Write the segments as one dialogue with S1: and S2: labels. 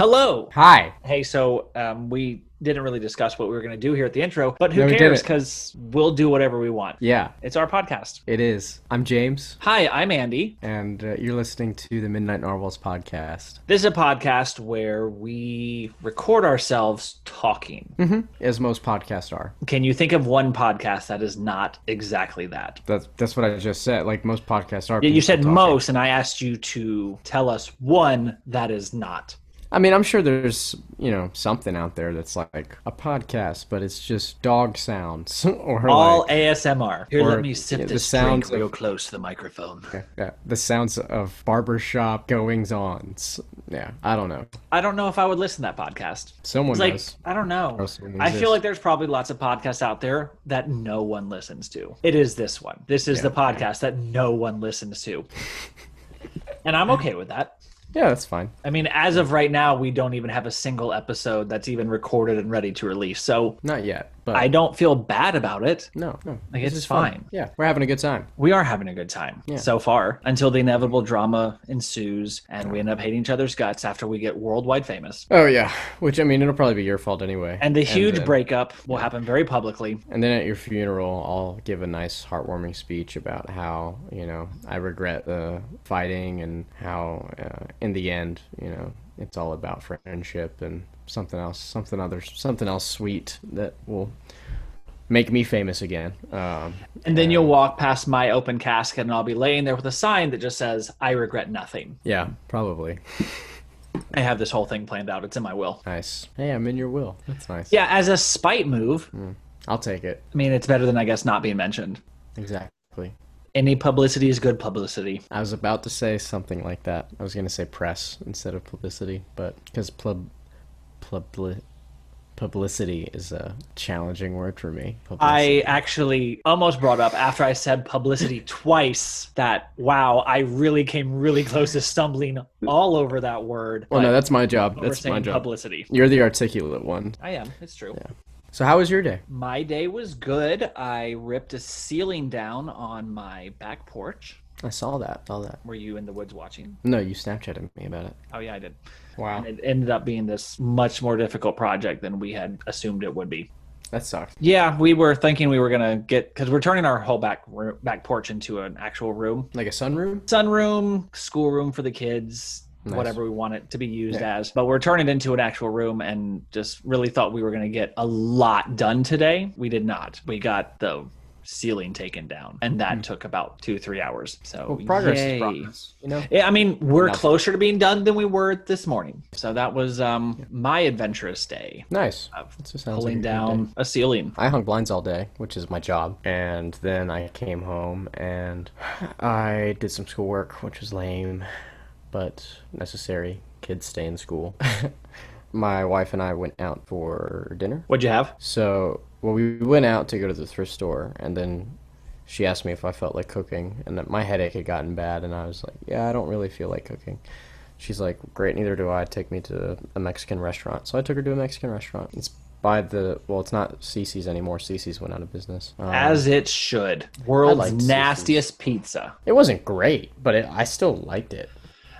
S1: Hello.
S2: Hi.
S1: Hey, so um, we didn't really discuss what we were going to do here at the intro, but who
S2: No, we did
S1: cares?
S2: it.
S1: Because we'll do whatever we want.
S2: Yeah,
S1: It's our podcast.
S2: it is. I'm James,
S1: Hi, I'm Andy.
S2: and uh, you're listening to the Midnight Narwhals podcast.
S1: This is a podcast where we record ourselves talking.
S2: Mm-hmm. As most podcasts are.
S1: Can you think of one podcast that is not exactly that?
S2: That's that's what I just said. Like most podcasts are.
S1: Yeah, you
S2: people
S1: said
S2: talking.
S1: most, and I asked you to tell us one that is not.
S2: I mean, I'm sure there's you know something out there that's like a podcast, but it's just dog sounds or
S1: All
S2: like,
S1: ASMR. Here,
S2: or,
S1: let me sip
S2: yeah, the
S1: this
S2: sounds
S1: drink real
S2: of-
S1: close to the microphone.
S2: yeah, the sounds of barbershop goings ons. Yeah, I don't know.
S1: I don't know if I would listen to that podcast.
S2: Someone
S1: It's like
S2: knows.
S1: I don't know.
S2: Gross wouldn't
S1: I
S2: exist.
S1: feel like there's probably lots of podcasts out there that no one listens to. It is this one. This is the podcast that no one listens to. and I'm okay with that.
S2: Yeah, that's fine.
S1: I mean, as of right now, we don't even have a single episode that's even recorded and ready to release. So
S2: Not yet, but
S1: I don't feel bad about it.
S2: no, no.
S1: Like
S2: this
S1: it's
S2: is fun.
S1: fine.
S2: Yeah, we're having a good time.
S1: We are having a good time so far until the inevitable drama ensues and we end up hating each other's guts after we get worldwide famous.
S2: Oh yeah, which I mean, it'll probably be your fault anyway.
S1: And the huge
S2: then-
S1: breakup will happen very publicly.
S2: And then at your funeral, I'll give a nice heartwarming speech about how, you know, I regret the fighting and how, uh, in the end, you know, it's all about friendship and something else, something other, something else sweet that will make me famous again. Um,
S1: And then you'll walk past my open casket, and I'll be laying there with a sign that just says, I regret nothing.
S2: yeah, probably.
S1: I have this whole thing planned out. It's in my will.
S2: Nice. Hey, I'm in your will. That's nice.
S1: Yeah, as a spite move,
S2: Hmm. I'll take it.
S1: I mean, it's better than, I guess, not being mentioned.
S2: Exactly.
S1: Any publicity is good publicity.
S2: I was about to say something like that. I was going to say press instead of publicity, but because plub, publi, publicity is a challenging word for me.
S1: I
S2: Publicity.
S1: actually almost brought up after I said publicity twice that, wow, I really came really close to stumbling all over that word.
S2: Well,
S1: but
S2: no, that's my job.
S1: we're
S2: That's my
S1: saying
S2: job.
S1: publicity.
S2: You're the articulate one.
S1: I am. It's true.
S2: So how was your day?
S1: My day was good. I ripped a ceiling down on my back porch.
S2: I saw that. Saw that.
S1: Were you in the woods watching?
S2: No, you Snapchatted me about it.
S1: Oh yeah, I did.
S2: Wow,
S1: And it ended up being this much more difficult project than we had assumed it would be.
S2: that sucks.
S1: Yeah, we were thinking we were gonna get because we're turning our whole back room, back porch into an actual room,
S2: Like a sunroom?
S1: sunroom, schoolroom for the kids.
S2: Nice.
S1: Whatever we want it to be used as, but we're turning it into an actual room, and just really thought we were going to get a lot done today. We did not. We got the ceiling taken down, and that took about two three hours. So
S2: Hmm. Well, progress
S1: Oh, yay.
S2: is progress. You know.
S1: Yeah, I mean, we're
S2: Nothing.
S1: closer to being done than we were this morning. So that was um, my adventurous day
S2: Nice.
S1: of
S2: That just sounds like
S1: Uh, pulling
S2: a good day.
S1: down a ceiling.
S2: I hung blinds all day, which is my job. And then I came home and I did some schoolwork, which was lame, but necessary. Kids stay in school. my wife and I went out for dinner.
S1: What'd you have?
S2: So, well, we went out to go to the thrift store, and then she asked me if I felt like cooking, and that my headache had gotten bad, and I was like, yeah, I don't really feel like cooking. She's like, great, neither do I. Take me to a Mexican restaurant. So I took her to a Mexican restaurant. It's by the well, it's not Cece's anymore. Cece's went out of business. Um,
S1: As it should. World's
S2: liked Cece's.
S1: nastiest pizza.
S2: it wasn't great, but it, I still liked it.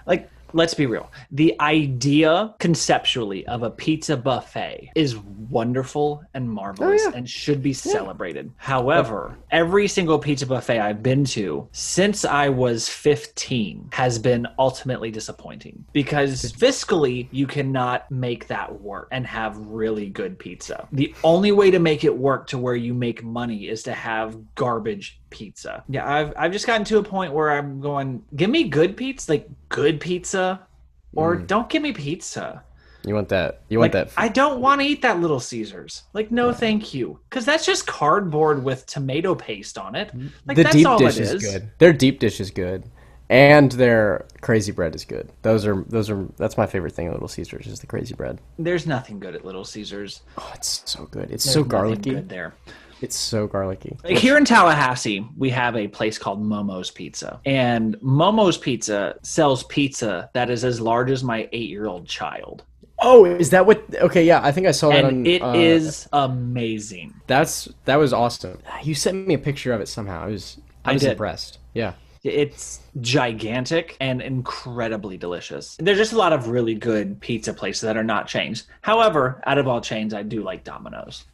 S1: Like, let's be real. The idea conceptually of a pizza buffet is wonderful and marvelous
S2: Oh, yeah.
S1: and should be celebrated. However, every single pizza buffet I've been to since I was 15 has been ultimately disappointing because fiscally, you cannot make that work and have really good pizza. The only way to make it work to where you make money is to have garbage pizza. Yeah, I've, I've just gotten to a point where I'm going, give me good pizza, like good pizza, or don't give me pizza.
S2: You want that? You want
S1: Like,
S2: Mm. that?
S1: I don't want to eat that Little Caesars. Like, no, thank you. Because that's just cardboard with tomato paste on it. Like,
S2: Mm. the
S1: that's
S2: deep
S1: all
S2: dish
S1: it
S2: is.
S1: is.
S2: good. Their deep dish is good, and their crazy bread is good. Those are those are that's my favorite thing at Little Caesars is the crazy bread.
S1: There's nothing good at Little Caesars.
S2: Oh, it's so good. It's
S1: There's
S2: so
S1: nothing
S2: garlicky.
S1: good there.
S2: It's so garlicky.
S1: Like, here in Tallahassee, we have a place called Momo's Pizza, and Momo's Pizza sells pizza that is as large as my eight-year-old child,
S2: Oh, is that what? Okay, yeah, I think I saw that on.
S1: and it is
S2: uh,
S1: amazing.
S2: That's that was awesome. You sent me a picture of it somehow. I was I,
S1: I
S2: was
S1: did.
S2: impressed. Yeah.
S1: It's gigantic and incredibly delicious. There's just a lot of really good pizza places that are not chains. However, out of all chains, I do like Domino's.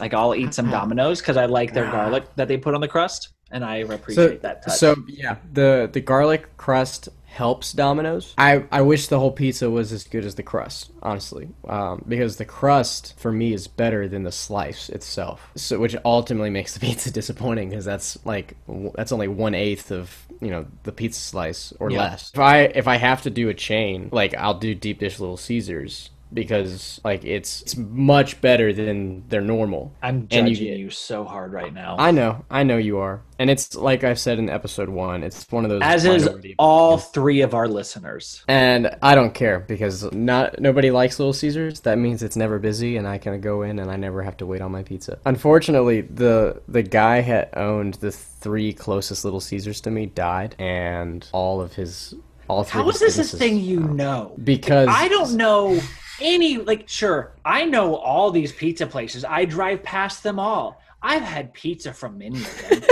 S1: Like I'll eat some Domino's because I like their garlic that they put on the crust, and I appreciate that touch.
S2: So yeah, the the garlic crust helps Domino's. I I wish the whole pizza was as good as the crust, honestly, um, because the crust for me is better than the slice itself. So which ultimately makes the pizza disappointing because that's like w- that's only one eighth of you know the pizza slice or
S1: Yeah.
S2: less. If I if I have to do a chain, like I'll do deep dish Little Caesars. Because like it's it's much better than their normal.
S1: I'm
S2: And you
S1: judging you,
S2: get-
S1: so hard right now.
S2: I know, I know you are, and it's like I've said in episode one. It's one of those
S1: As is
S2: minority-
S1: all three of our listeners.
S2: and I don't care because not nobody likes Little Caesars. That means it's never busy, and I can go in and I never have to wait on my pizza. Unfortunately, the the guy had owned the three closest Little Caesars to me died, and all of his all three.
S1: How
S2: of
S1: is
S2: his
S1: this a
S2: businesses-
S1: thing you know?
S2: Because
S1: I don't know any like sure, I know all these pizza places. I drive past them all. I've had pizza from many of them.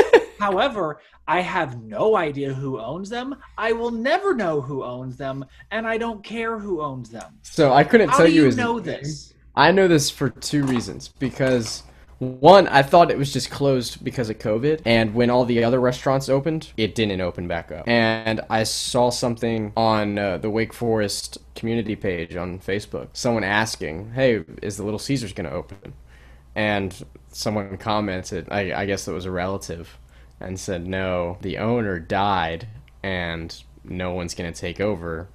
S1: However, I have no idea who owns them. I will never know who owns them, and I don't care who owns them.
S2: So I couldn't
S1: How
S2: tell
S1: do you
S2: his
S1: know
S2: name.
S1: this?
S2: I know this for two reasons. Because one, I thought it was just closed because of COVID, and when all the other restaurants opened, it didn't open back up. And I saw something on uh, the Wake Forest community page on Facebook. Someone asking, "Hey, is the Little Caesars going to open?" And someone commented, I, I guess it was a relative, and said, "No, the owner died, and no one's going to take over."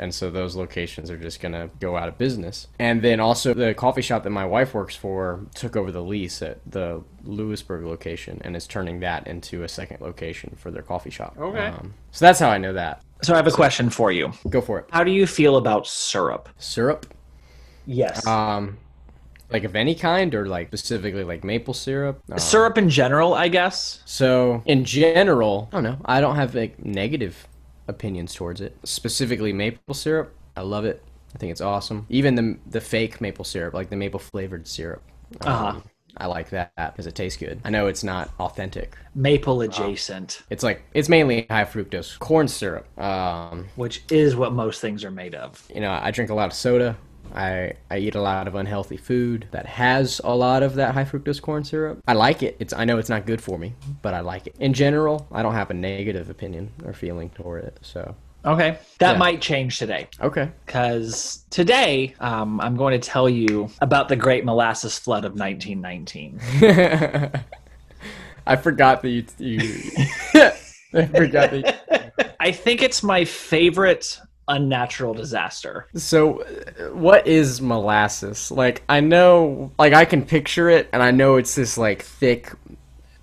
S2: and so those locations are just gonna go out of business. And then also the coffee shop that my wife works for took over the lease at the Lewisburg location and is turning that into a second location for their coffee shop. Um,
S1: Okay.
S2: so that's how I know that.
S1: So I have a question for you.
S2: Go for it.
S1: How do you feel about syrup?
S2: Syrup,
S1: Yes.
S2: um, like of any kind, or like specifically like maple syrup. Um,
S1: syrup in general, I guess.
S2: So in general, I don't know. I don't have like negative opinions towards it. Specifically maple syrup, I love it. I think it's awesome. Even the the fake maple syrup, like the maple flavored syrup. Um,
S1: Uh-huh.
S2: I like that because it tastes good. I know it's not authentic. Ah.
S1: Maple adjacent,
S2: It's like it's mainly high fructose corn syrup. Um,
S1: which is what most things are made of.
S2: you know, I drink a lot of soda. I, I eat a lot of unhealthy food that has a lot of that high fructose corn syrup. I like it. It's I know it's not good for me, but I like it. In general, I don't have a negative opinion or feeling toward it. So
S1: Okay. That
S2: Yeah.
S1: might change today.
S2: okay,
S1: because today um, I'm going to tell you about the Great Molasses Flood of 1919.
S2: I forgot that you you I forgot that.
S1: I think it's my favorite unnatural disaster.
S2: You, so uh, what is molasses? Like I know, like I can picture it, and I know it's this like thick,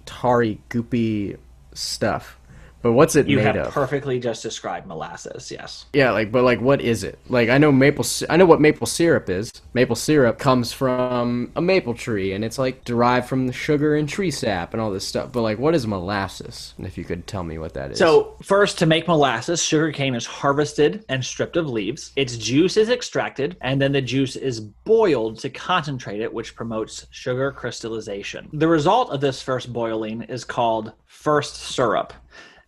S2: tarry, goopy stuff. But what's it
S1: You
S2: made
S1: have
S2: of?
S1: perfectly just described molasses. Yes.
S2: Yeah, like, but like, what is it? Like, I know maple. sy- I know what maple syrup is. Maple syrup comes from a maple tree, and it's like derived from the sugar and tree sap and all this stuff. But like, what is molasses? And if you could tell me what that is.
S1: So, first, to make molasses, sugarcane is harvested and stripped of leaves. Its juice is extracted, and then the juice is boiled to concentrate it, which promotes sugar crystallization. The result of this first boiling is called first syrup.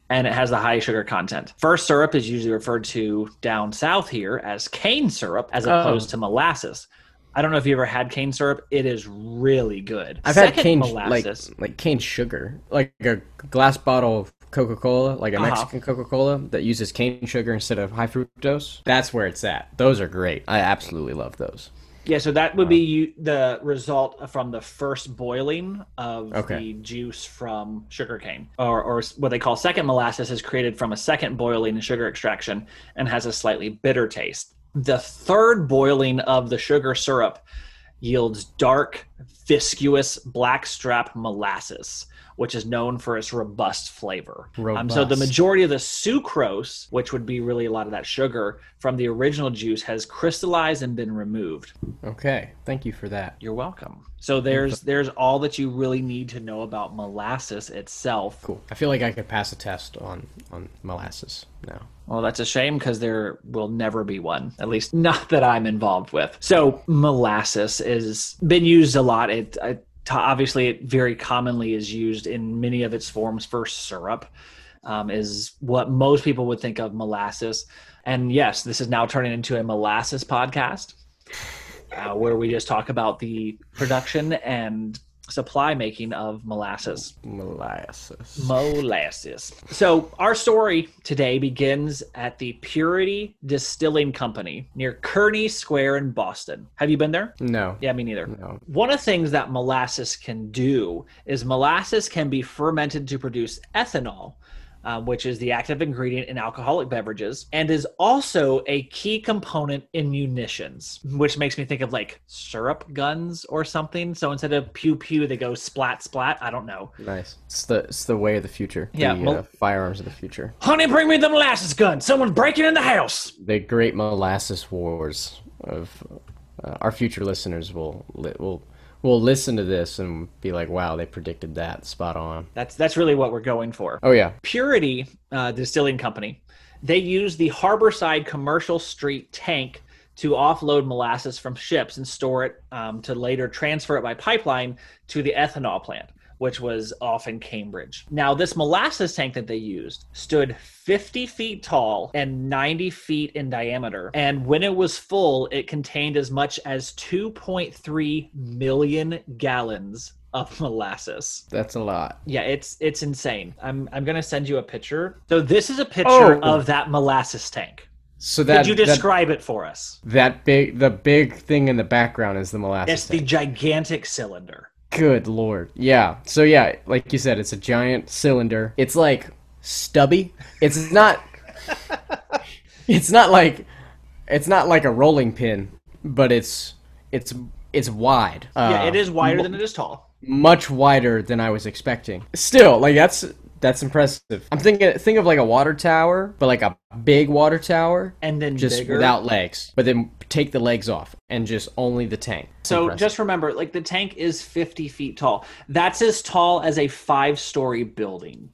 S1: And it has the high sugar content. First syrup is usually referred to down south here as cane syrup as
S2: Oh.
S1: opposed to molasses. I don't know if you ever had cane syrup. It is really good.
S2: I've had cane like like cane sugar, like a glass bottle of Coca Cola, like a
S1: Uh-huh.
S2: Mexican Coca Cola that uses cane sugar instead of high fructose. That's where it's at. Those are great. I absolutely love those.
S1: Yeah, so that would be
S2: Um,
S1: you, the result from the first boiling of
S2: Okay.
S1: the juice from sugarcane, or, or what they call second molasses, is created from a second boiling and sugar extraction and has a slightly bitter taste. The third boiling of the sugar syrup yields dark, viscous blackstrap molasses, which is known for its robust flavor. Um, so the
S2: Robust.
S1: majority of the sucrose, which would be really a lot of that sugar from the original juice, has crystallized and been removed.
S2: Okay, thank you for that.
S1: You're welcome. So there's there's all that you really need to know about molasses itself.
S2: Cool. I feel like I could pass a test on on molasses now.
S1: Well, that's a shame because there will never be one, at least not that I'm involved with. So molasses is been used a lot. It, it obviously it very commonly is used in many of its forms for syrup. um, is what most people would think of molasses. And yes, this is now turning into a molasses podcast uh, where we just talk about the production and supply making of molasses.
S2: Molasses.
S1: Molasses. So, our story today begins at the Purity Distilling Company near Kearny Square in Boston. Have you been there?
S2: No.
S1: Yeah, me neither.
S2: No.
S1: One of the things that molasses can do is molasses can be fermented to produce ethanol, uh, which is the active ingredient in alcoholic beverages, and is also a key component in munitions, which makes me think of like syrup guns or something. So instead of pew pew, they go splat splat. I don't know.
S2: Nice. It's the it's the way of the future.
S1: Yeah,
S2: The
S1: mol-
S2: uh, firearms of the future.
S1: Honey, bring me the molasses gun. Someone's breaking in the house.
S2: The great molasses wars of uh, our future listeners will li- will will listen to this and be like, "Wow, they predicted that spot on."
S1: That's that's really what we're going for.
S2: Oh yeah.
S1: Purity uh, Distilling Company, they use the Harborside Commercial Street tank to offload molasses from ships and store it um, to later transfer it by pipeline to the ethanol plant, which was off in Cambridge. Now, this molasses tank that they used stood 50 feet tall and 90 feet in diameter. And when it was full, it contained as much as 2.3 million gallons of molasses.
S2: That's a lot.
S1: Yeah, it's it's insane. I'm I'm gonna send you a picture. So this is a picture
S2: Oh.
S1: of that molasses tank.
S2: So
S1: Could
S2: that
S1: you
S2: that-
S1: describe it for us?
S2: that, big the big thing in the background is the molasses.
S1: It's the gigantic cylinder.
S2: Good lord. Yeah. So yeah, like you said, it's a giant cylinder. It's like stubby. It's not It's not like it's not like a rolling pin, but it's it's it's wide. Uh,
S1: Yeah, it is wider than it is tall.
S2: much wider than I was expecting. Still, like that's that's impressive. I'm thinking think of like a water tower, but like a big water tower
S1: And then
S2: just
S1: bigger.
S2: without legs. But then take the legs off and just only the tank. It's
S1: so
S2: impressive.
S1: just remember, like the tank is fifty feet tall. That's as tall as a five story building.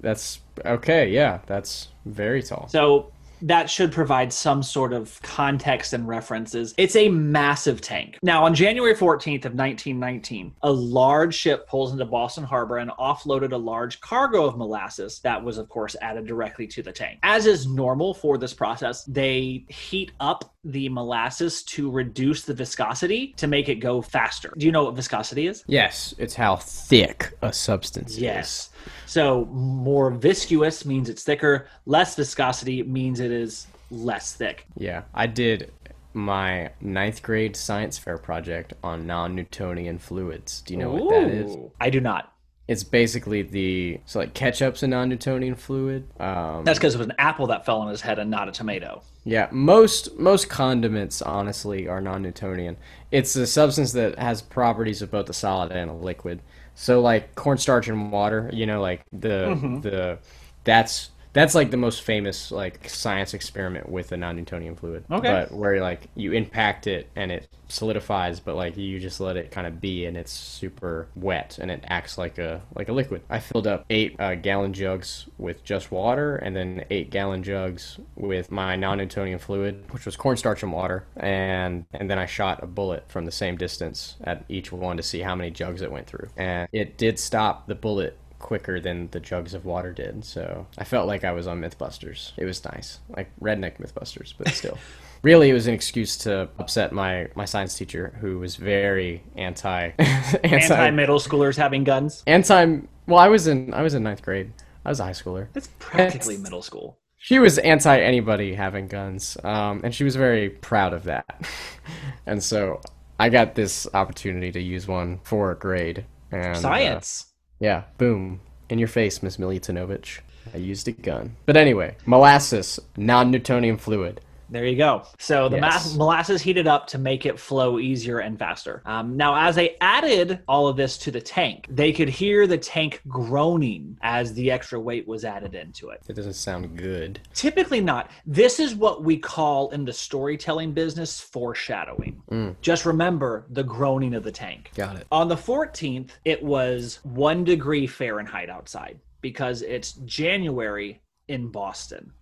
S2: That's okay, yeah. That's very tall.
S1: So that should provide some sort of context and references. It's a massive tank. Now, on January 14th of 1919, a large ship pulls into Boston Harbor and offloaded a large cargo of molasses that was, of course, added directly to the tank. As is normal for this process, they heat up the molasses to reduce the viscosity to make it go faster. Do you know what viscosity is?
S2: Yes, it's how thick a substance
S1: Yes. So more viscous means it's thicker, less viscosity means it is less thick.
S2: is. Yeah, I did my ninth grade science fair project on non-Newtonian fluids. Do you know what that is?
S1: Ooh. I do not.
S2: It's basically the so like ketchup's a non-Newtonian fluid. Um,
S1: That's because it was an apple that fell on his head and not a tomato.
S2: yeah, most most condiments honestly are non-Newtonian. It's a substance that has properties of both a solid and a liquid. So like cornstarch and water, you know, like the the that's that's like the most famous like science experiment with a non-Newtonian fluid.
S1: Okay.
S2: But where like you impact it and it solidifies, but like you just let it kind of be and it's super wet and it acts like a like a liquid. I filled up eight uh, gallon jugs with just water and then eight gallon jugs with my non-Newtonian fluid, which was cornstarch and water, and and then I shot a bullet from the same distance at each one to see how many jugs it went through, and it did stop the bullet quicker than the jugs of water did. So I felt like I was on MythBusters. It was nice, like redneck MythBusters, but still. really, it was an excuse to upset my my science teacher, who was very anti
S1: Anti
S2: anti
S1: middle schoolers having guns.
S2: anti. Well, I was in I was in ninth grade. I was a high schooler.
S1: That's practically middle school.
S2: She was anti anybody having guns, um, and she was very proud of that. and so I got this opportunity to use one for a grade. And, uh,
S1: Science.
S2: yeah, boom. In your face, Miss Milutinovich. I used a gun. But anyway, molasses, non Newtonian fluid.
S1: There you go. So the
S2: Yes.
S1: ma- molasses heated up to make it flow easier and faster. Um, now, as they added all of this to the tank, they could hear the tank groaning as the extra weight was added into it.
S2: That doesn't sound good.
S1: Typically not. This is what we call in the storytelling business foreshadowing. Just remember the groaning of the tank.
S2: Mm. Got it.
S1: On the 14th, it was one degree Fahrenheit outside because it's January in Boston.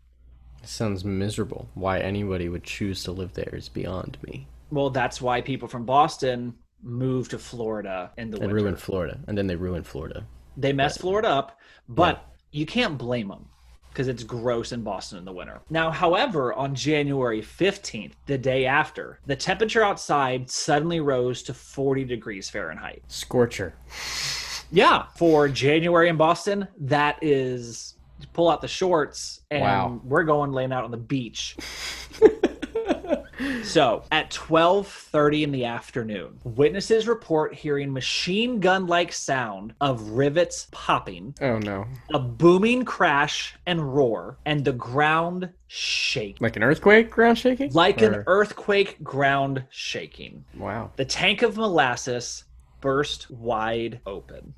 S2: sounds miserable. Why anybody would choose to live there is beyond me.
S1: Well, that's why people from Boston move to Florida in the
S2: They
S1: winter.
S2: ruined Florida, and then they ruined Florida.
S1: They messed Florida up, but you can't blame them because it's gross in Boston in the winter. Now, however, on January 15th, the day after, the temperature outside suddenly rose to 40 degrees Fahrenheit.
S2: Scorcher.
S1: Yeah, for January in Boston, that is pull out the shorts and
S2: Wow.
S1: we're going laying out on the beach. so at 12.30 in the afternoon witnesses report hearing machine gun-like sound of rivets popping
S2: Oh no.
S1: a booming crash and roar, and the ground shake.
S2: Like an earthquake, ground shaking?
S1: Like an
S2: Or-
S1: earthquake, ground shaking.
S2: Wow.
S1: The tank of molasses burst wide open.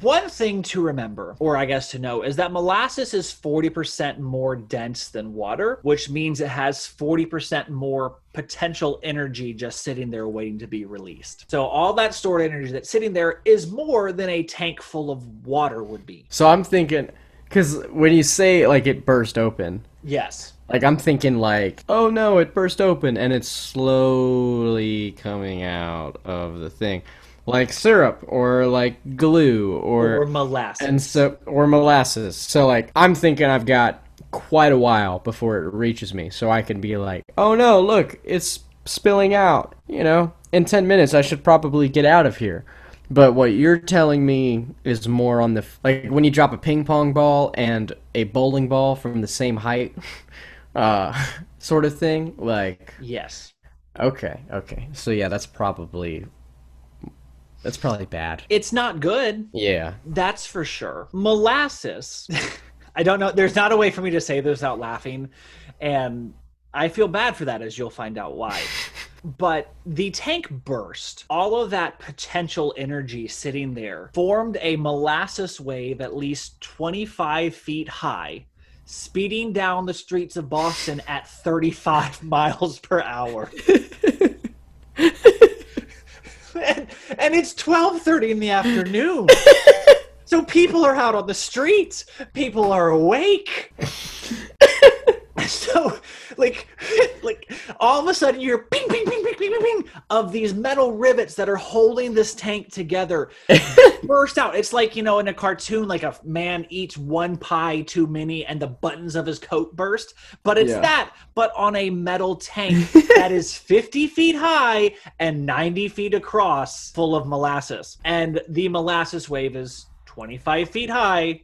S1: One thing to remember, or I guess to know, is that molasses is 40% more dense than water, which means it has 40% more potential energy just sitting there waiting to be released. So, all that stored energy that's sitting there is more than a tank full of water would be.
S2: So I'm thinking, because when you say like it burst open,
S1: Yes.
S2: like I'm thinking like, oh no, it burst open and it's slowly coming out of the thing, like syrup or like glue or,
S1: or molasses.
S2: and so or molasses. So like I'm thinking I've got quite a while before it reaches me, so I can be like, oh no, look, it's spilling out. You know, in ten minutes I should probably get out of here. But what you're telling me is more on the f- like when you drop a ping pong ball and a bowling ball from the same height, uh, sort of thing. Like
S1: yes.
S2: okay, okay, so yeah, that's probably that's probably bad.
S1: It's not good,
S2: Yeah,
S1: that's for sure. Molasses. I don't know. There's not a way for me to say this without laughing. And I feel bad for that, as you'll find out why. But the tank burst. All of that potential energy sitting there formed a molasses wave at least 25 feet high, speeding down the streets of Boston at 35 miles per hour. and, and it's 12:30 in the afternoon. so people are out on the streets. People are awake. so like like all of a sudden you're ping ping ping ping ping ping ping of these metal rivets that are holding this tank together burst out. It's like, you know, in a cartoon like a man eats one pie too many and the buttons of his coat burst, but it's
S2: Yeah.
S1: that but on a metal tank that is 50 feet high and 90 feet across, full of molasses. And the molasses wave is 25 feet high,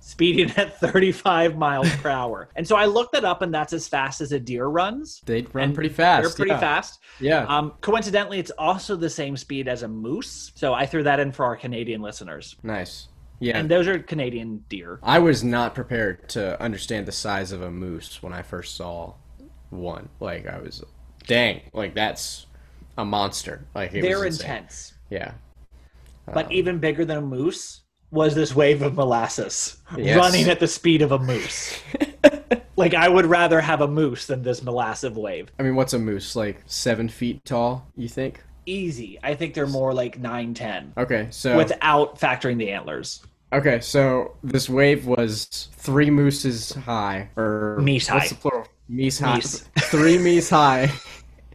S1: speeding at 35 miles per hour. And so I looked that up, and that's as fast as a deer runs.
S2: they run
S1: And
S2: pretty fast.
S1: They're pretty
S2: yeah.
S1: fast.
S2: Yeah.
S1: Um, coincidentally, it's also the same speed as a moose. So I threw that in for our Canadian listeners.
S2: Nice. Yeah.
S1: And those are Canadian deer.
S2: I was not prepared to understand the size of a moose when I first saw one. Like I was dang, like that's a monster. Like it
S1: They're
S2: was insane. Um,
S1: intense.
S2: Yeah.
S1: But even bigger than a moose was this wave of molasses
S2: Yes.
S1: running at the speed of a moose. like I would rather have a moose than this molasses wave.
S2: I mean, what's a moose? Like seven feet tall? You think?
S1: Easy. I think they're more like nine ten
S2: Okay, so
S1: without factoring the antlers.
S2: okay, so this wave was three mooses high, or
S1: Meese high.
S2: What's the plural? Meese high.
S1: Meese.
S2: Three meese high,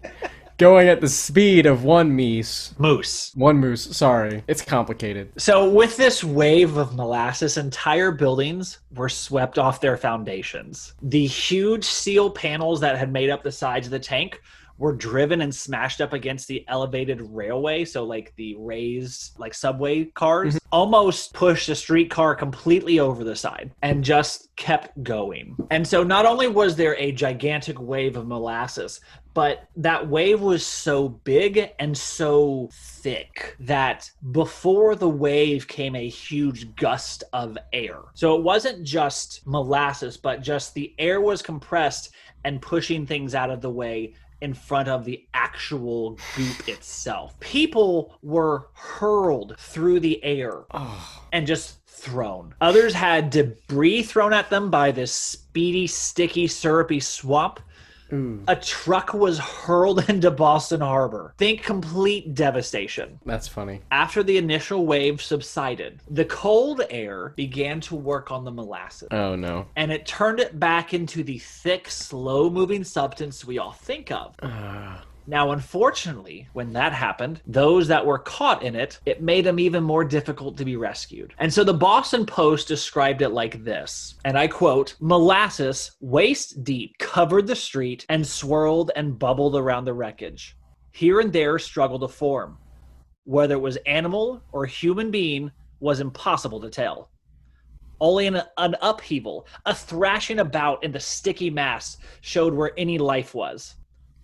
S2: going at the speed of one meese.
S1: Moose.
S2: One moose. Sorry, it's complicated.
S1: So with this wave of molasses, entire buildings were swept off their foundations. The huge steel panels that had made up the sides of the tank were driven and smashed up against the elevated railway, so like the raised like subway cars, almost pushed a streetcar completely over the side and just kept going. And so not only was there a gigantic wave of molasses, but that wave was so big and so thick that before the wave came a huge gust of air. So it wasn't just molasses, but just the air was compressed and pushing things out of the way in front of the actual goop itself. People were hurled through the air
S2: Oh,
S1: and just thrown. Others had debris thrown at them by this speedy, sticky, syrupy swamp.
S2: ooh.
S1: A truck was hurled into Boston Harbor. Think complete devastation.
S2: That's funny.
S1: After the initial wave subsided, the cold air began to work on the molasses
S2: Oh no.
S1: and it turned it back into the thick, slow moving substance we all think of.
S2: Uh,
S1: Now, unfortunately, when that happened, those that were caught in it, it made them even more difficult to be rescued. And so the Boston Post described it like this, and I quote, molasses waist deep covered the street and swirled and bubbled around the wreckage. Here and there struggled a form. Whether it was animal or human being was impossible to tell only an, an upheaval, a thrashing about in the sticky mass showed where any life was.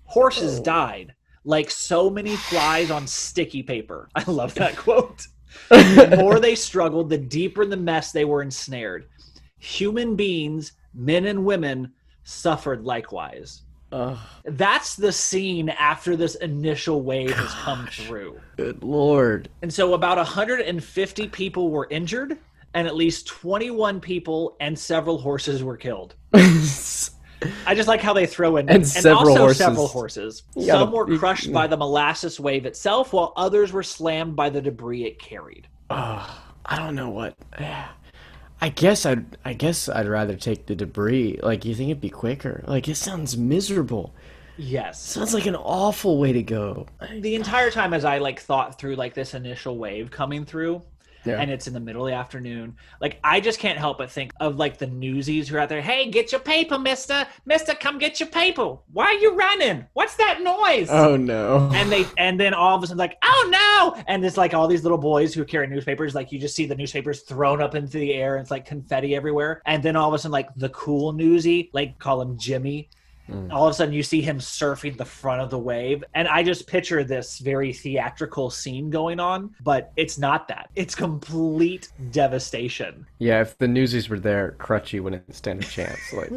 S1: Horses died like so many flies on sticky paper. I love that quote. the more they struggled, the deeper in the mess they were ensnared. Human beings, men and women, suffered likewise.
S2: Ugh.
S1: That's the scene after this initial wave has come through.
S2: Good lord.
S1: And so about 150 people were injured, and at least 21 people and several horses were killed. I just like how they throw in
S2: And several
S1: also
S2: horses.
S1: several horses.
S2: You gotta-
S1: Some were crushed by the molasses wave itself, while others were slammed by the debris it carried.
S2: I don't know what. I guess I'd. I guess I'd rather take the debris. Like you think it'd be quicker. Like it sounds miserable.
S1: Yes.
S2: Sounds like an awful way to go.
S1: The entire time as I like thought through like this initial wave coming through and it's in the middle of the afternoon, like I just can't help but think of like the newsies who are out there, hey, get your paper, mister. Mister, come get your paper. Why are you running? What's that noise?
S2: oh no.
S1: and they and then all of a sudden like oh no and it's like all these little boys who carry newspapers like you just see the newspapers thrown up into the air and it's like confetti everywhere and then all of a sudden like the cool newsie like call him jimmy all of a sudden you see him surfing the front of the wave and i just picture this very theatrical scene going on but it's not that it's complete devastation
S2: Yeah, if the newsies were there, Crutchy wouldn't stand a chance. Like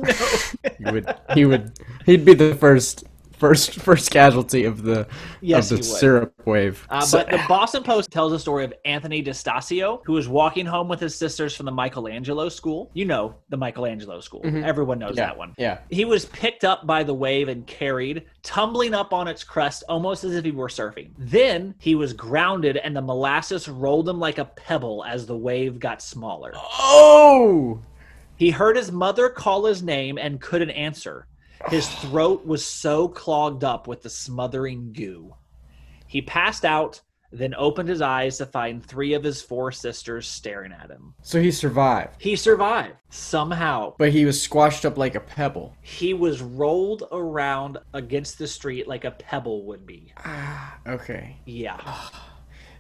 S2: he would, he would, he'd be the first, first, first casualty of the
S1: Yes,
S2: of
S1: he
S2: the
S1: would.
S2: syrup wave.
S1: Uh,
S2: So-
S1: but the Boston Post tells a story of Anthony DeStasio, who was walking home with his sisters from the Michelangelo School. You know the Michelangelo School. Everyone knows
S2: Mm-hmm. yeah,
S1: that one.
S2: Yeah,
S1: He was picked up by the wave and carried, tumbling up on its crest almost as if he were surfing. Then he was grounded, and the molasses rolled him like a pebble as the wave got smaller.
S2: Oh,
S1: He heard his mother call his name and couldn't answer. His throat was so clogged up with the smothering goo. He passed out, then opened his eyes to find three of his four sisters staring at him.
S2: so he survived,
S1: He survived somehow.
S2: but he was squashed up like a pebble.
S1: He was rolled around against the street like a pebble would be.
S2: Okay.
S1: Yeah.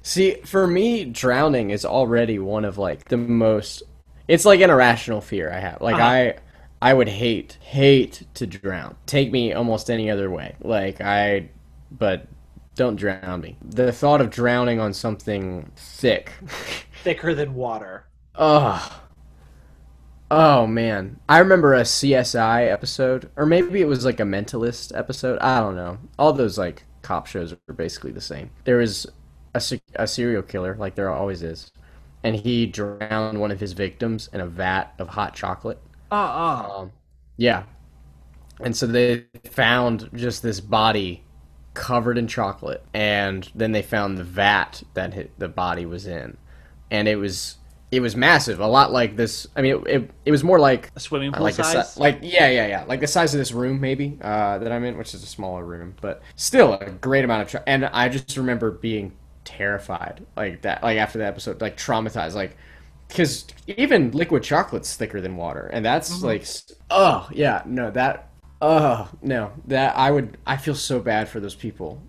S2: See, for me, drowning is already one of like the most. It's like an irrational fear I have. Like I, I would hate hate to drown. Take me almost any other way. Like I, but don't drown me. The thought of drowning on something thick.
S1: Thicker than water.
S2: Ugh. Oh man, I remember a CSI episode, or maybe it was like a Mentalist episode. I don't know. All those like cop shows are basically the same. There was a, se- a serial killer, like there always is, and he drowned one of his victims in a vat of hot chocolate.
S1: Uh uh
S2: Um, Yeah, and so they found just this body covered in chocolate, and then they found the vat that hi the body was in, and it was it was massive, a lot like this. I mean, it it, it was more like
S1: A swimming pool
S2: Uh, like the
S1: size?
S2: si- like yeah yeah yeah like the size of this room maybe uh, that I'm in, which is a smaller room, but still a great amount of. Tra- and I just remember being terrified like that, like after that episode, like traumatized, like because even liquid chocolate's thicker than water, and that's
S1: Mm-hmm.
S2: like s- oh yeah no that oh no that I would I feel so bad for those people,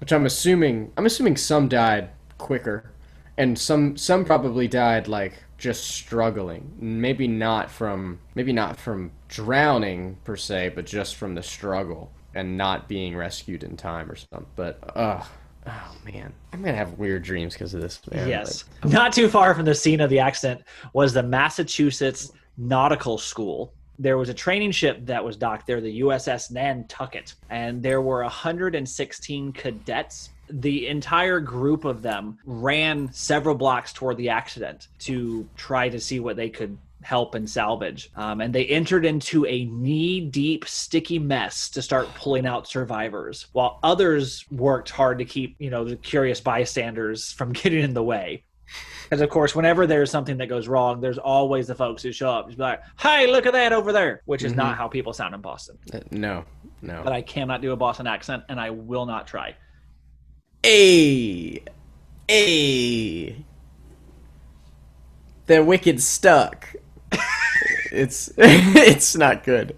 S2: which I'm assuming I'm assuming some died quicker, and some some probably died like just struggling maybe not from maybe not from drowning per se but just from the struggle and not being rescued in time or something but ugh oh man i'm gonna have weird dreams because of this man
S1: Yes. Not too far from the scene of the accident was the Massachusetts Nautical School. There was a training ship that was docked there, the USS Nantucket, and there were 116 cadets. The entire group of them ran several blocks toward the accident to try to see what they could help and salvage. Um, and they entered into a knee deep, sticky mess to start pulling out survivors, while others worked hard to keep, you know, the curious bystanders from getting in the way. Because of course, whenever there's something that goes wrong, there's always the folks who show up and be like, "Hey, look at that over there," which is
S2: Mm-hmm.
S1: not how people sound in Boston.
S2: Uh, no, no.
S1: But I cannot do a Boston accent, and I will not try.
S2: Hey, hey, the wicked stuck. it's it's not good.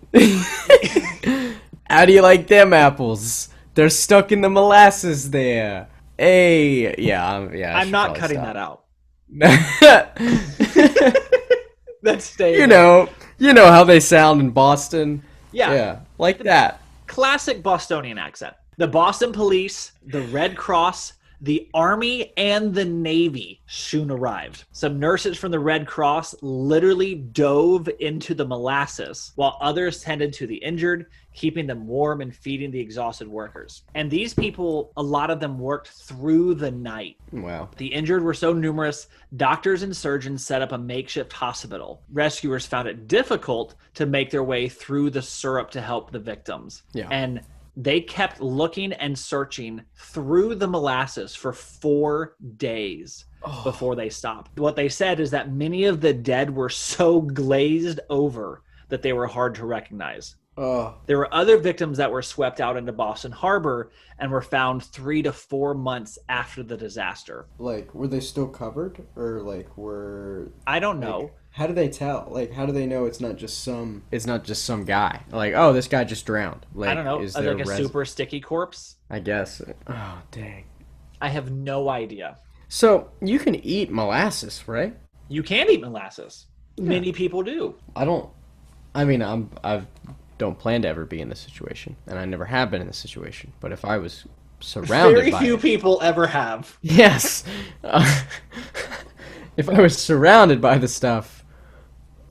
S2: How do you like them apples? They're stuck in the molasses there. Hey, yeah, I'm, yeah. I
S1: I'm
S2: should
S1: not cutting
S2: probably stop.
S1: that out.
S2: you
S1: That's staying.
S2: know, you know how they sound in Boston.
S1: yeah.
S2: like that.
S1: classic Bostonian accent. The Boston Police, the Red Cross, the Army, and the Navy soon arrived. Some nurses from the Red Cross literally dove into the molasses, while others tended to the injured, keeping them warm and feeding the exhausted workers. And these people, a lot of them worked through the night.
S2: Wow.
S1: The injured were so numerous, doctors and surgeons set up a makeshift hospital. Rescuers found it difficult to make their way through the syrup to help the victims.
S2: Yeah.
S1: And they kept looking and searching through the molasses for four days before they stopped. What they said is that many of the dead were so glazed over that they were hard to recognize.
S2: Oh,
S1: There were other victims that were swept out into Boston Harbor and were found three to four months after the disaster.
S2: like were they still covered or like were
S1: I don't know.
S2: How do they tell? Like how do they know it's not just some It's not just some guy. Like, oh, this guy just drowned. Like
S1: I don't know.
S2: is
S1: Uh,
S2: there
S1: like a
S2: res-
S1: super sticky corpse?
S2: I guess. Oh, dang.
S1: I have no idea.
S2: So, you can eat molasses, right?
S1: You can eat molasses. Many people do.
S2: I don't I mean, I'm I've don't plan to ever be in this situation, and I never have been in this situation. But if I was surrounded
S1: Very
S2: by
S1: few
S2: it-
S1: people ever have.
S2: Yes. Uh, if I was surrounded by the stuff,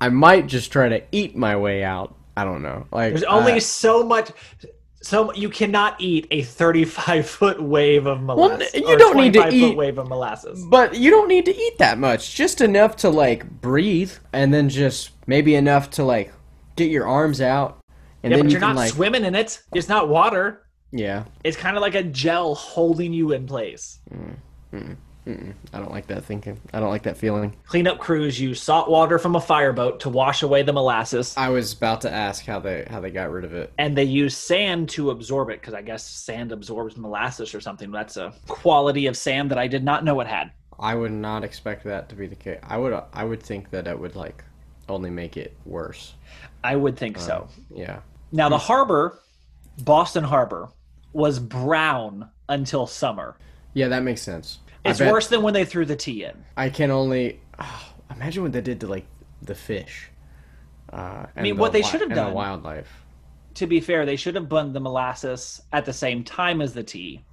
S2: I might just try to eat my way out. I don't know. Like
S1: There's only
S2: I-
S1: so much. So you cannot eat a 35 foot wave of molasses.
S2: you
S1: or a
S2: don't need to
S1: 25 foot
S2: eat-
S1: wave of molasses.
S2: but you don't need to eat that much. Just enough to like breathe, and then just maybe enough to like get your arms out, and
S1: Yeah,
S2: then
S1: but
S2: you
S1: you're
S2: can
S1: not
S2: like
S1: swimming in it. It's not water.
S2: yeah.
S1: It's kind of like a gel holding you in place.
S2: I don't like that thinking. I don't like that feeling.
S1: Cleanup crews use salt water from a fireboat to wash away the molasses.
S2: I was about to ask how they how they got rid of it.
S1: and they use sand to absorb it because I guess sand absorbs molasses or something. That's a quality of sand that I did not know it had.
S2: I would not expect that to be the case. I would I would think that it would like only make it worse.
S1: I would think so.
S2: Yeah.
S1: Now,
S2: Hmm.
S1: the harbor, Boston Harbor, was brown until summer.
S2: Yeah, that makes sense.
S1: It's
S2: I bet-
S1: worse than when they threw the tea in.
S2: I can only oh, imagine what they did to like the fish. Uh, I
S1: mean, what they should have
S2: and
S1: done-
S2: The wildlife.
S1: To be fair, they should have blended the molasses at the same time as the tea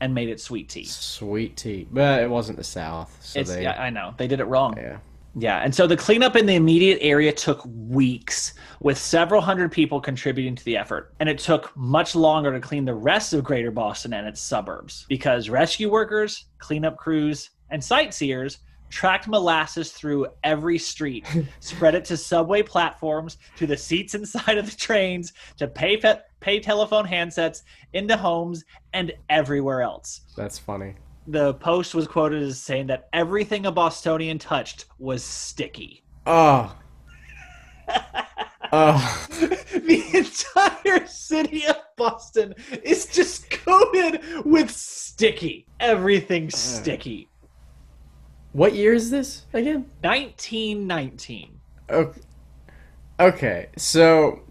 S1: and made it sweet tea.
S2: Sweet tea, but it wasn't the South, so
S1: It's,
S2: they.
S1: yeah, I know. They did it wrong.
S2: yeah.
S1: Yeah, and so the cleanup in the immediate area took weeks, with several hundred people contributing to the effort. And it took much longer to clean the rest of Greater Boston and its suburbs because rescue workers, cleanup crews, and sightseers tracked molasses through every street, spread it to subway platforms, to the seats inside of the trains, to pay, pe- pay telephone handsets, into homes, and everywhere else
S2: That's funny.
S1: the post was quoted as saying that everything a Bostonian touched was sticky.
S2: Oh. oh.
S1: The entire city of Boston is just coated with sticky. Uh. Everything's sticky.
S2: What year is this again?
S1: 1919.
S2: Okay. Okay. So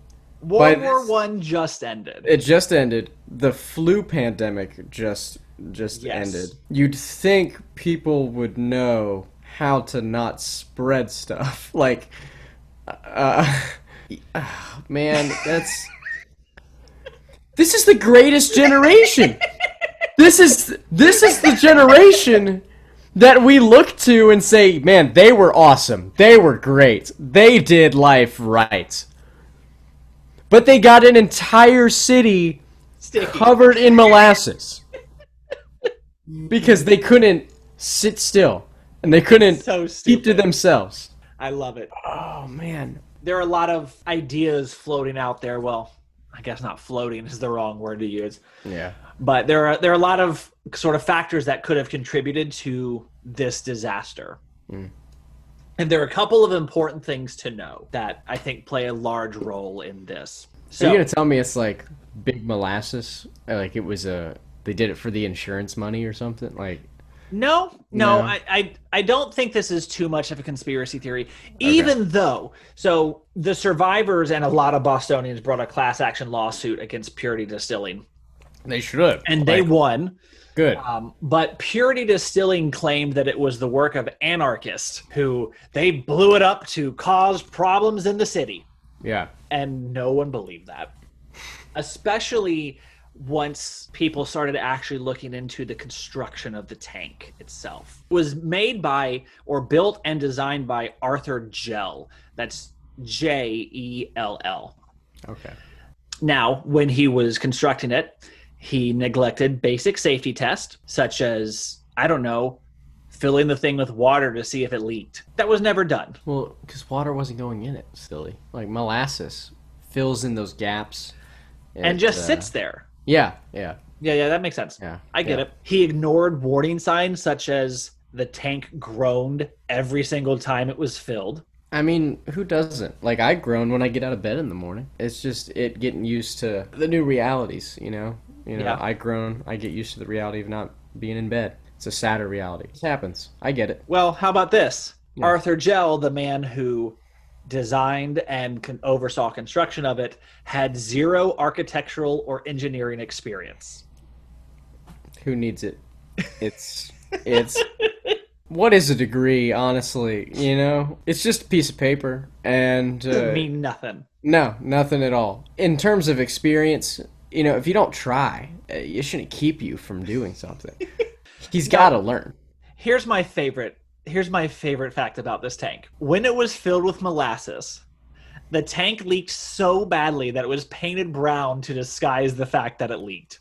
S1: World
S2: But-
S1: War One just ended.
S2: it just ended. The flu pandemic just just
S1: Yes.
S2: ended. You'd think people would know how to not spread stuff. Like, uh, ah, man, that's this is the greatest generation. this is this is the generation that we look to and say, man, they were awesome. They were great. They did life right. But they got an entire city
S1: Sticky.
S2: covered in molasses because they couldn't sit still and they couldn't
S1: So
S2: keep to
S1: stupid.
S2: themselves.
S1: I love it.
S2: Oh man.
S1: There are a lot of ideas floating out there. Well, I guess not floating is the wrong word to use.
S2: Yeah.
S1: but there are there are a lot of sort of factors that could have contributed to this disaster.
S2: Hmm.
S1: And there are a couple of important things to know that I think play a large role in this.
S2: Are
S1: So
S2: you gonna tell me it's like big molasses? Uh, Like it was a they did it for the insurance money or something? Like
S1: No, no,
S2: No.
S1: I, I I don't think this is too much of a conspiracy theory. Even though, so the survivors and a lot of Bostonians brought a class action lawsuit against Purity Distilling,
S2: they should have.
S1: and they
S2: like,
S1: won.
S2: good.
S1: Um, but Purity Distilling claimed that it was the work of anarchists who they blew it up to cause problems in the city
S2: yeah.
S1: and no one believed that especially once people started actually looking into the construction of the tank itself It was made by or built and designed by arthur gell that's E j-e-l-l
S2: Okay.
S1: now, when he was constructing it, he neglected basic safety tests, such as, I don't know, filling the thing with water to see if it leaked. That was never done.
S2: Well, because water wasn't going in it, silly. Like molasses fills in those gaps,
S1: And just
S2: uh,
S1: sits there.
S2: Yeah, yeah,
S1: Yeah, yeah, that makes sense.
S2: yeah.
S1: I get
S2: yeah.
S1: it. He ignored warning signs such as the tank groaned every single time it was filled.
S2: I mean, who doesn't? Like I groan when I get out of bed in the morning. It's just it getting used to the new realities, you know. You know,
S1: Yeah.
S2: I groan. I get used to the reality of not being in bed. It's a sadder reality. It happens. I get it.
S1: Well, how about this? Arthur Gell, the man who designed and con- oversaw construction of it, had zero architectural or engineering experience.
S2: Who needs it? It's it's what is a degree, honestly? You know, it's just a piece of paper and uh,
S1: mean nothing.
S2: No, nothing at all. In terms of experience, you know, if you don't try, uh, it shouldn't keep you from doing something. He's got to learn.
S1: Here's my favorite. Here's my favorite fact about this tank. When it was filled with molasses, the tank leaked so badly that it was painted brown to disguise the fact that it leaked.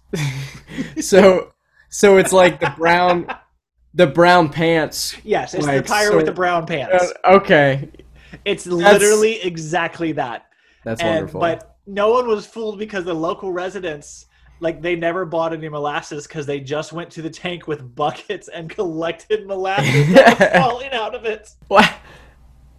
S2: So, so it's like the brown, the brown pants.
S1: Yes, it's
S2: Like,
S1: the pirate with
S2: so-
S1: the brown pants.
S2: Uh, okay,
S1: it's literally exactly that.
S2: that's
S1: and
S2: wonderful.
S1: but no one was fooled because the local residents like they never bought any molasses because they just went to the tank with buckets and collected molasses that was falling out of it.
S2: What?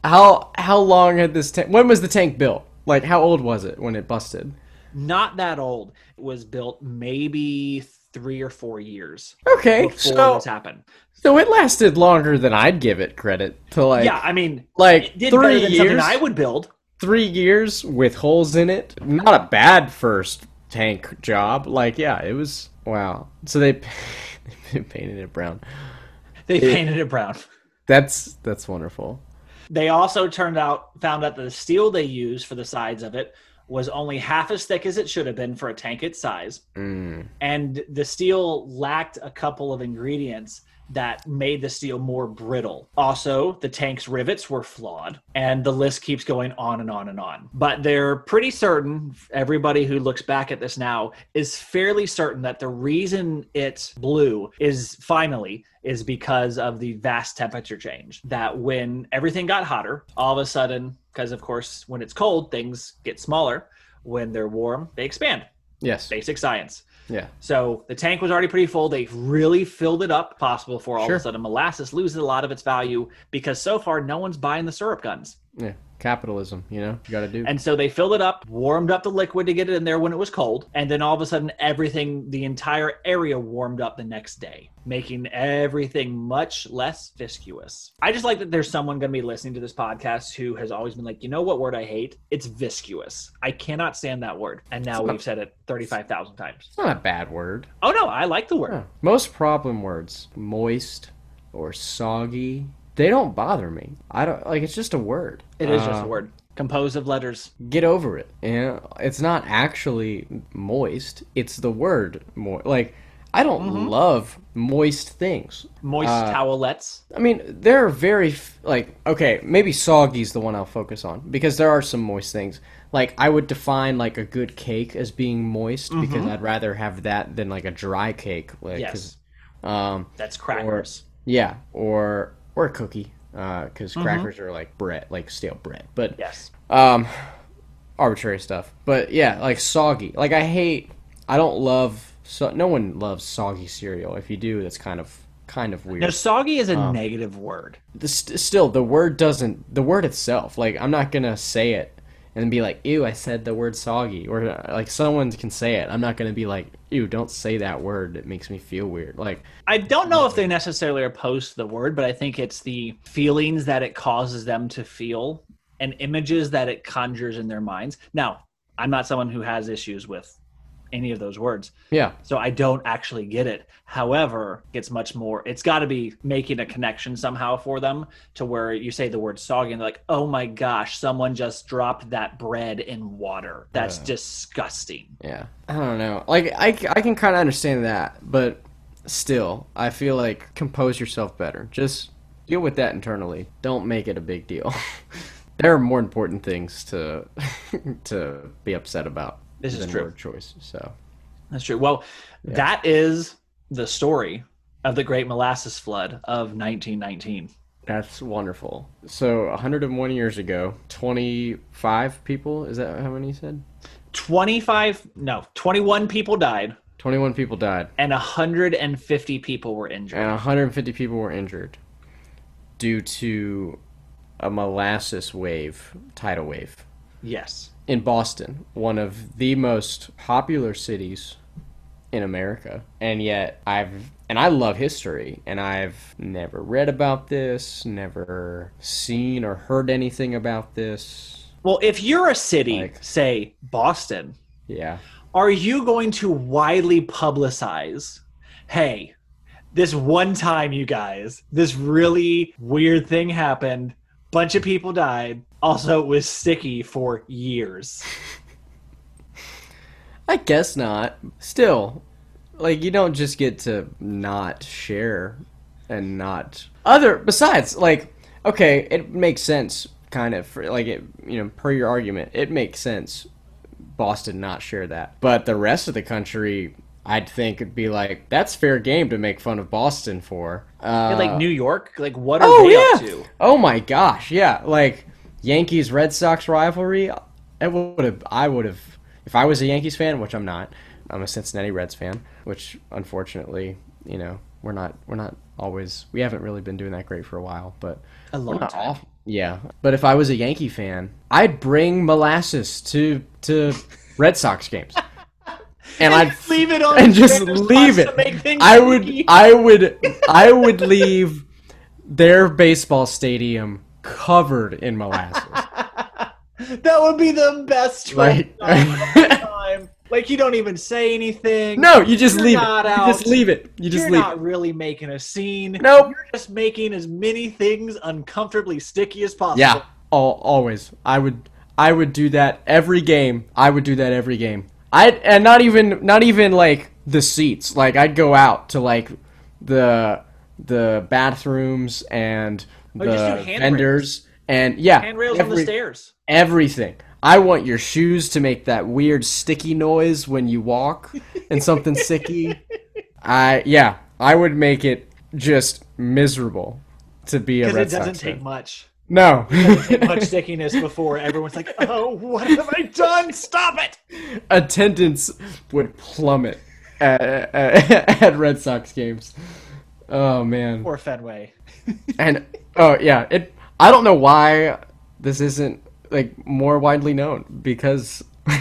S2: How how long had this tank? When was the tank built? Like how old was it when it busted?
S1: not that old. It was built maybe three or four years
S2: Okay,
S1: before
S2: so
S1: this happened.
S2: so it lasted longer than I'd give it credit to. Like
S1: yeah, I mean,
S2: like
S1: it did better
S2: three
S1: than
S2: years.
S1: something I would build.
S2: three years with holes in it. Not a bad first tank job. Like, yeah, it was. Wow. So they, they painted it brown.
S1: They painted it brown.
S2: That's that's wonderful.
S1: They also turned out found out that the steel they used for the sides of it was only half as thick as it should have been for a tank its size,
S2: Mm.
S1: and the steel lacked a couple of ingredients that made the steel more brittle. Also, the tank's rivets were flawed, and the list keeps going on and on and on. But they're pretty certain, everybody who looks back at this now is fairly certain that the reason it's blue is finally is because of the vast temperature change. That when everything got hotter, all of a sudden, because of course, when it's cold, things get smaller. When they're warm, they expand.
S2: Yes.
S1: Basic science.
S2: Yeah.
S1: So the tank was already pretty full. They really filled it up, possible for all
S2: Sure.
S1: of a sudden molasses loses a lot of its value because so far no one's buying the syrup guns.
S2: Yeah. Capitalism. You know, you got to do.
S1: And so they filled it up, warmed up the liquid to get it in there when it was cold, and then all of a sudden everything, the entire area warmed up the next day, making everything much less viscous. I just like that there's someone going to be listening to this podcast who has always been like, you know what word I hate? It's viscous. I cannot stand that word. And now we've said it 35,000 times.
S2: it's not a bad word.
S1: Oh no, I like the word.
S2: Yeah. Most problem words, moist or soggy, they don't bother me. I don't like. It's just a word.
S1: It is just
S2: Uh,
S1: a word composed of letters.
S2: get over it. You know, it's not actually moist. It's the word moist. Like, I don't
S1: Mm-hmm.
S2: love moist things.
S1: Moist towelettes.
S2: I mean, there are very f- like okay, maybe soggy's the one I'll focus on because there are some moist things. Like I would define like a good cake as being moist because I'd rather have that than like a dry cake. Like, 'cause,
S1: Yes,
S2: Um,
S1: that's crackers.
S2: yeah, or or a cookie because crackers are like bread, like stale bread. But
S1: yes.
S2: um arbitrary stuff but yeah like soggy like i hate i don't love so no one loves soggy cereal if you do that's kind of kind of weird.
S1: Now, soggy is a negative word.
S2: the, st- still the word doesn't the word itself like i'm not gonna say it and be like ew i said the word soggy or uh, like someone can say it i'm not gonna be like ew don't say that word it makes me feel weird like
S1: I don't know if they necessarily are opposed to the word, but I think it's the feelings that it causes them to feel and images that it conjures in their minds. Now, I'm not someone who has issues with any of those words,
S2: yeah
S1: so I don't actually get it. However, it's much more, it's got to be making a connection somehow for them to where you say the word soggy and they're like, oh my gosh, someone just dropped that bread in water. That's disgusting.
S2: yeah i don't know like i, c- I can kind of understand that but still i feel like compose yourself better just deal with that internally don't make it a big deal there are more important things to to be upset about
S1: This is
S2: than
S1: true.
S2: word choice so
S1: That's true. Well, that is the story of the Great Molasses Flood of 1919.
S2: That's wonderful. So 101 years ago, 25 people, is that how many you said?
S1: 25, no, 21 people died
S2: 21 people died
S1: and 150 people were injured.
S2: and 150 people were injured due to a molasses wave, tidal wave
S1: Yes.
S2: in Boston, one of the most popular cities in America. And yet I've and I love history and I've never read about this, never seen or heard anything about this.
S1: Well, if you're a city,
S2: Like-
S1: say Boston,
S2: Yeah.
S1: are you going to widely publicize, hey, this one time, you guys, this really weird thing happened, bunch of people died. Also, it was sticky for years.
S2: I guess not. Still, like you don't just get to not share and not other besides like okay, it makes sense kind of for, like it you know per your argument, it makes sense Boston not share that. But the rest of the country I'd think would be like that's fair game to make fun of Boston for. Uh,
S1: And, like New York, like what are
S2: oh
S1: they
S2: yeah.
S1: up to?
S2: Oh my gosh, yeah. Like Yankees Red Sox rivalry. It would have. I would have. If I was a Yankees fan, which I'm not, I'm a Cincinnati Reds fan, which unfortunately, you know, we're not. We're not always. We haven't really been doing that great for a while, but
S1: A long
S2: we're not
S1: time.
S2: off- Yeah, but if I was a Yankee fan, I'd bring molasses to to Red Sox games, and I'd
S1: Leave it on
S2: and just
S1: Sanders wants
S2: leave it.
S1: to make things
S2: I would,
S1: sticky.
S2: I would, I would leave their baseball stadium covered in molasses.
S1: that would be the best
S2: Like-
S1: like, time. Like you don't even say anything.
S2: No, you just
S1: You're
S2: leave it.
S1: not
S2: You just
S1: out.
S2: leave it. You just
S1: you're
S2: leave.
S1: not
S2: it.
S1: really making a scene.
S2: Nope.
S1: you're just making as many things uncomfortably sticky as possible.
S2: Yeah, all, always. I would, I would do that every game. I would do that every game. I and not even, not even like the seats. Like I'd go out to like the the bathrooms and the
S1: just do handrails.
S2: vendors and yeah,
S1: handrails on the
S2: every-
S1: stairs.
S2: everything. I want your shoes to make that weird sticky noise when you walk and something sticky. I yeah, I would make it just miserable to be a
S1: Because
S2: Red
S1: it doesn't
S2: Sox
S1: take
S2: fan.
S1: much.
S2: No.
S1: Much stickiness before everyone's like, "Oh, what have I done? Stop it!"
S2: Attendance would plummet at, at, at Red Sox games. Oh man.
S1: Or Fenway.
S2: And oh yeah, it I don't know why this isn't like more widely known because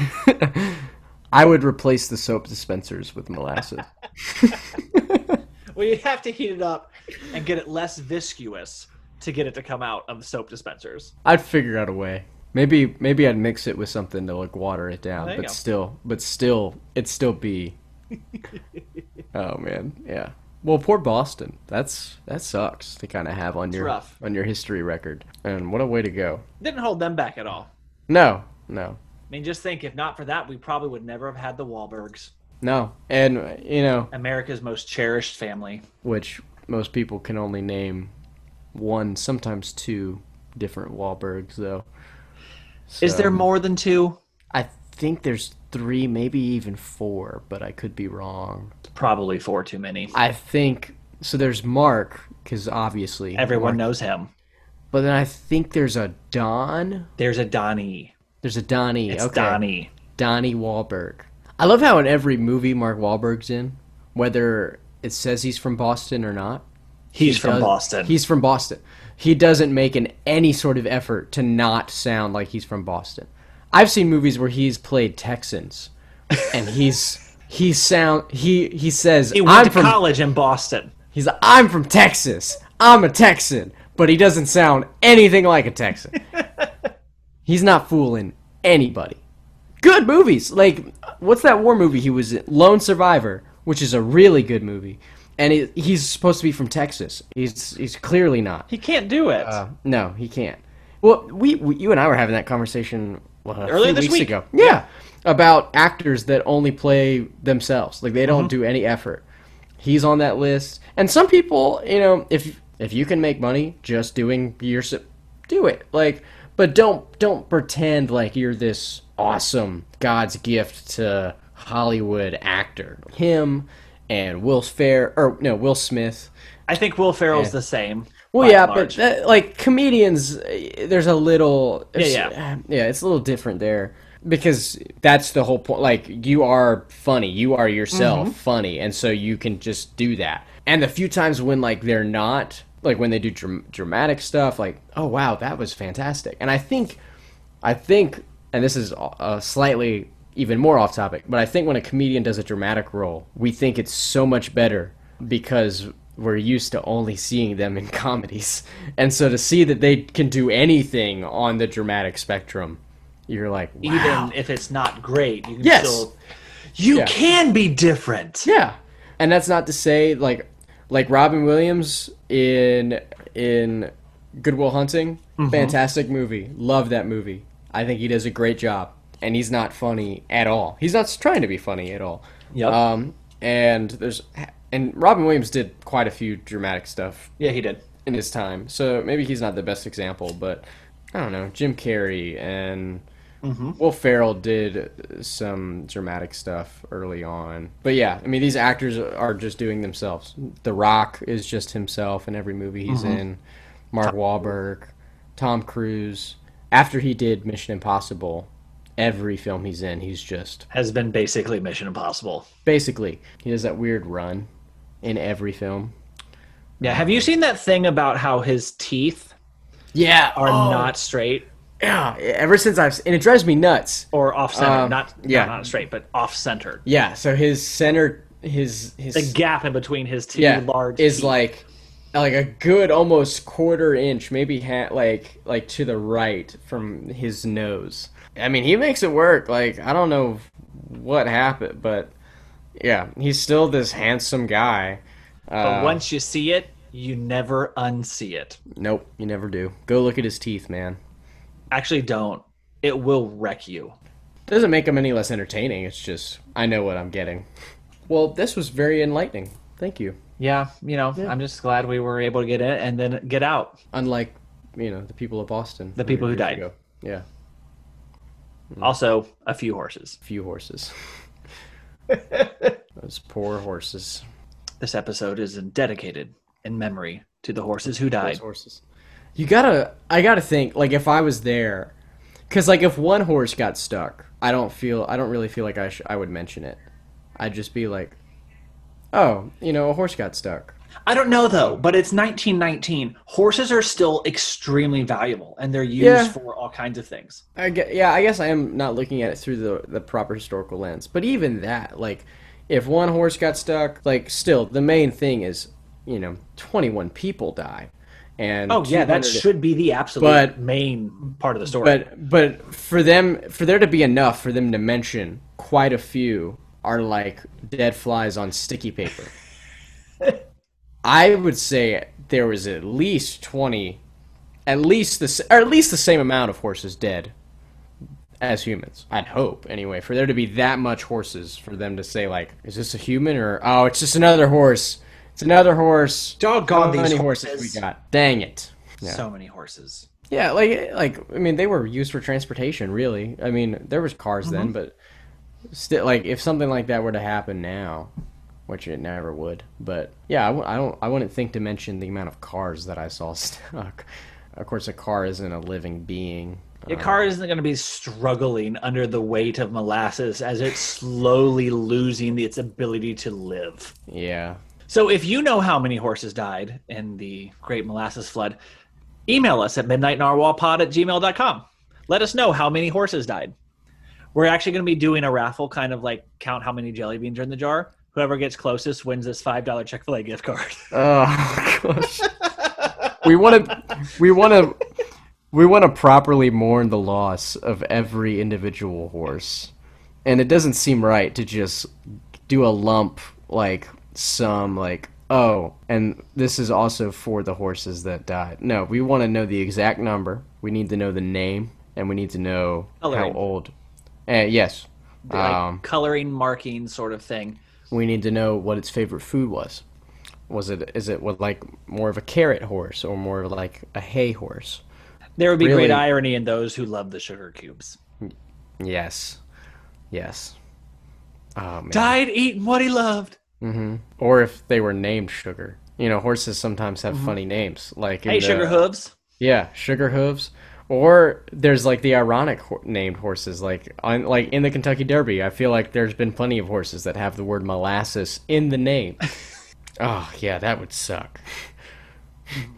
S2: I would replace the soap dispensers with molasses.
S1: Well, you'd have to heat it up and get it less viscous to get it to come out of soap dispensers.
S2: I'd figure out a way. Maybe maybe I'd mix it with something to like water it down,
S1: There you
S2: but
S1: go.
S2: still, but still, it'd still be. oh man, yeah. Well, poor Boston. That's that sucks to kind of have on your
S1: rough.
S2: on your history record. And what a way to go.
S1: Didn't hold them back at all.
S2: No, no,
S1: I mean, just think if not for that, we probably would never have had the Wahlbergs,
S2: no. And you know,
S1: America's most cherished family.
S2: which most people can only name one, sometimes two different Wahlbergs, though.
S1: Is there
S2: So-
S1: more than two?
S2: I think there's three, maybe even four, but I could be wrong.
S1: Probably four too many.
S2: I think so. There's Mark, because obviously
S1: Everyone
S2: Mark-
S1: knows him.
S2: But then I think there's a Don.
S1: There's a Donnie.
S2: There's a Donnie.
S1: It's
S2: okay.
S1: Donnie.
S2: Donnie Wahlberg. I love how in every movie Mark Wahlberg's in, whether it says he's from Boston or not,
S1: He's
S2: He
S1: from
S2: does-
S1: Boston.
S2: He's from Boston. He doesn't make an any sort of effort to not sound like he's from Boston. I've seen movies where he's played Texans, and he's he sound he he says
S1: he went
S2: I'm
S1: to
S2: from
S1: college in Boston.
S2: he's like, I'm from Texas. I'm a Texan, but he doesn't sound anything like a Texan. he's not fooling anybody. Good movies like what's that war movie he was in? Lone Survivor, which is a really good movie. And it, he's supposed to be from Texas. He's he's clearly not.
S1: He can't do it.
S2: Uh, No, he can't. Well, we, we you and I were having that conversation what, a
S1: Earlier
S2: few
S1: this
S2: weeks
S1: week.
S2: ago. Yeah, about actors that only play themselves, like they don't
S1: Mm-hmm.
S2: do any effort. He's on that list, and some people, you know, if if you can make money just doing your, s- do it. Like, but don't don't pretend like you're this awesome God's gift to Hollywood actor. Him and Will Fair or no Will Smith.
S1: I think Will Ferrell's the same.
S2: Well,
S1: by
S2: yeah,
S1: and large.
S2: but that, like comedians, uh, there's a little, it's- eh,
S1: yeah.
S2: yeah, it's a little different there because that's the whole point. Like you are funny, you are yourself
S1: Mm-hmm.
S2: funny, and so you can just do that. And the few times when like they're not, like when they do dram- dramatic stuff, like oh wow, that was fantastic. And I think, I think, and this is uh, slightly even more off topic, but I think when a comedian does a dramatic role, we think it's so much better because we're used to only seeing them in comedies. And so to see that they can do anything on the dramatic spectrum, you're like, wow.
S1: even if it's not great, you can
S2: Yes.
S1: still you
S2: Yeah.
S1: can be different.
S2: Yeah. And that's not to say like like Robin Williams in in Goodwill Hunting, fantastic movie. Love that movie. I think he does a great job. And he's not funny at all. He's not trying to be funny at all.
S1: Yep.
S2: Um and there's and Robin Williams did quite a few dramatic stuff
S1: Yeah, he did.
S2: in his time. So maybe he's not the best example, but I don't know. Jim Carrey and Will Ferrell did some dramatic stuff early on. But yeah, I mean, these actors are just doing themselves. The Rock is just himself in every movie he's in. Mark Wahlberg, Tom Cruise. After he did Mission Impossible, every film he's in, he's just
S1: Has been basically Mission Impossible.
S2: basically he does that weird run in every film.
S1: Yeah, have you seen that thing about how his teeth
S2: Yeah,
S1: are not straight
S2: yeah. Ever since I've and it drives me nuts.
S1: or off center?
S2: Um,
S1: not yeah,
S2: yeah.
S1: not straight, but off centered.
S2: Yeah, so his center, his his
S1: The gap in between his two
S2: yeah
S1: large
S2: is
S1: teeth.
S2: like like a good almost quarter inch, maybe ha- like like to the right from his nose. I mean, he makes it work. Like I don't know what happened, but yeah, he's still this handsome guy. uh,
S1: but once you see it, you never unsee it.
S2: Nope, you never do. Go look at his teeth, man.
S1: Actually, don't. It will wreck you.
S2: Doesn't make him any less entertaining. It's just I know what I'm getting. Well, this was very enlightening. Thank you.
S1: Yeah, you know, I'm just glad we were able to get in and then get out.
S2: Unlike you know the people of Boston,
S1: The people who
S2: 100
S1: died.
S2: years ago. Yeah.
S1: Also, a few horses.
S2: few horses. Those poor horses.
S1: This episode is dedicated in memory to the horses who
S2: Those
S1: died.
S2: horses. You gotta. I gotta think. Like if I was there, because like if one horse got stuck, I don't feel. I don't really feel like I. Sh- I would mention it. I'd just be like, oh, you know, a horse got stuck.
S1: I don't know though, but it's 1919. Horses are still extremely valuable, and they're used
S2: Yeah.
S1: for all kinds of things.
S2: I gue- yeah, I guess I am not looking at it through the the proper historical lens. But even that, like, if one horse got stuck, like, still the main thing is, you know, twenty one people die, and
S1: Oh yeah, that
S2: 200
S1: should be the absolute
S2: But-
S1: main part of the story.
S2: But but for them, for there to be enough for them to mention, quite a few are like dead flies on sticky paper. I would say there was at least twenty, at least the s- or at least the same amount of horses dead as humans. I'd hope anyway for there to be that much horses for them to say like, is this a human or oh, it's just another horse. It's another horse.
S1: Doggone
S2: How
S1: these
S2: many horses
S1: horses.
S2: we got? Dang it.
S1: So many horses.
S2: Yeah, like eh, like I mean, they were used for transportation, really. I mean, there was cars then, but still, like if something like that were to happen now, which it never would, but yeah, I, w- I don't, I wouldn't think to mention the amount of cars that I saw stuck. of course, a car isn't a living being.
S1: Your car isn't going to be struggling under the weight of molasses as it's slowly losing its ability to live.
S2: Yeah,
S1: So if you know how many horses died in the Great Molasses Flood, email us at midnightnarwhalpod at gmail.com. Let us know how many horses died. We're actually going to be doing a raffle, kind of like count how many jelly beans are in the jar. Whoever gets closest wins this $5 Chick fil A gift card.
S2: Oh gosh. we want to we want to we want to properly mourn the loss of every individual horse. And it doesn't seem right to just do a lump like some like oh and this is also for the horses that died. No, we want to know the exact number. We need to know the name and we need to know
S1: Coloring.
S2: how old. Uh, yes.
S1: Like
S2: Um,
S1: coloring, marking sort of thing.
S2: we need to know what its favorite food was. Was it is it what like more of a carrot horse or more of like a hay horse?
S1: There would be
S2: Really-
S1: great irony in those who love the sugar cubes.
S2: Yes, yes. Oh man.
S1: Died eating what he loved.
S2: or if they were named Sugar. You know, horses sometimes have funny names like in
S1: Hey,
S2: the-
S1: sugar hooves.
S2: Yeah, Sugar Hooves. Or there's like the ironic ho- named horses, like on, like in the Kentucky Derby. I feel like there's been plenty of horses that have the word molasses in the name. oh yeah, that would suck.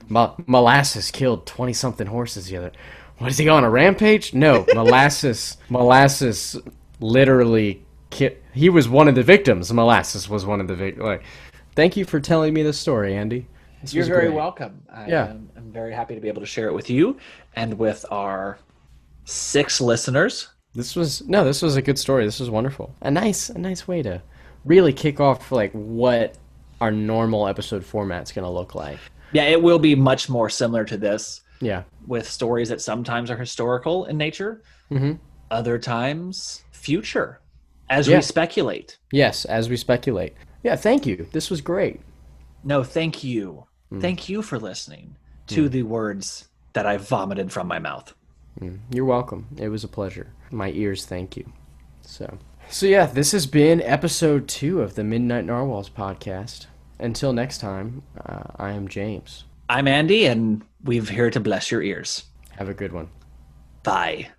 S2: Mo- molasses killed twenty something horses the other. What is he on a rampage? No, molasses. molasses literally. Ki- he was one of the victims. Molasses was one of the victims. Like, thank you for telling me the story, Andy. This
S1: You're
S2: was
S1: very
S2: great.
S1: welcome. I
S2: Yeah.
S1: am, I'm very happy to be able to share it with you and with our six listeners.
S2: This was no, this was a good story. This was wonderful. A nice, a nice way to really kick off like what our normal episode format's gonna look like.
S1: Yeah, it will be much more similar to this
S2: Yeah,
S1: with stories that sometimes are historical in nature,
S2: Mm-hmm.
S1: other times future as
S2: Yeah.
S1: we speculate.
S2: yes, as we speculate. Yeah, thank you. This was great.
S1: No, thank you.
S2: Mm.
S1: Thank you for listening to the words that I vomited from my mouth.
S2: You're welcome. It was a pleasure. My ears thank you. So, so yeah, this has been episode two of the Midnight Narwhals podcast. Until next time, uh, I am James.
S1: I'm Andy, and we're here to bless your ears.
S2: Have a good one.
S1: Bye.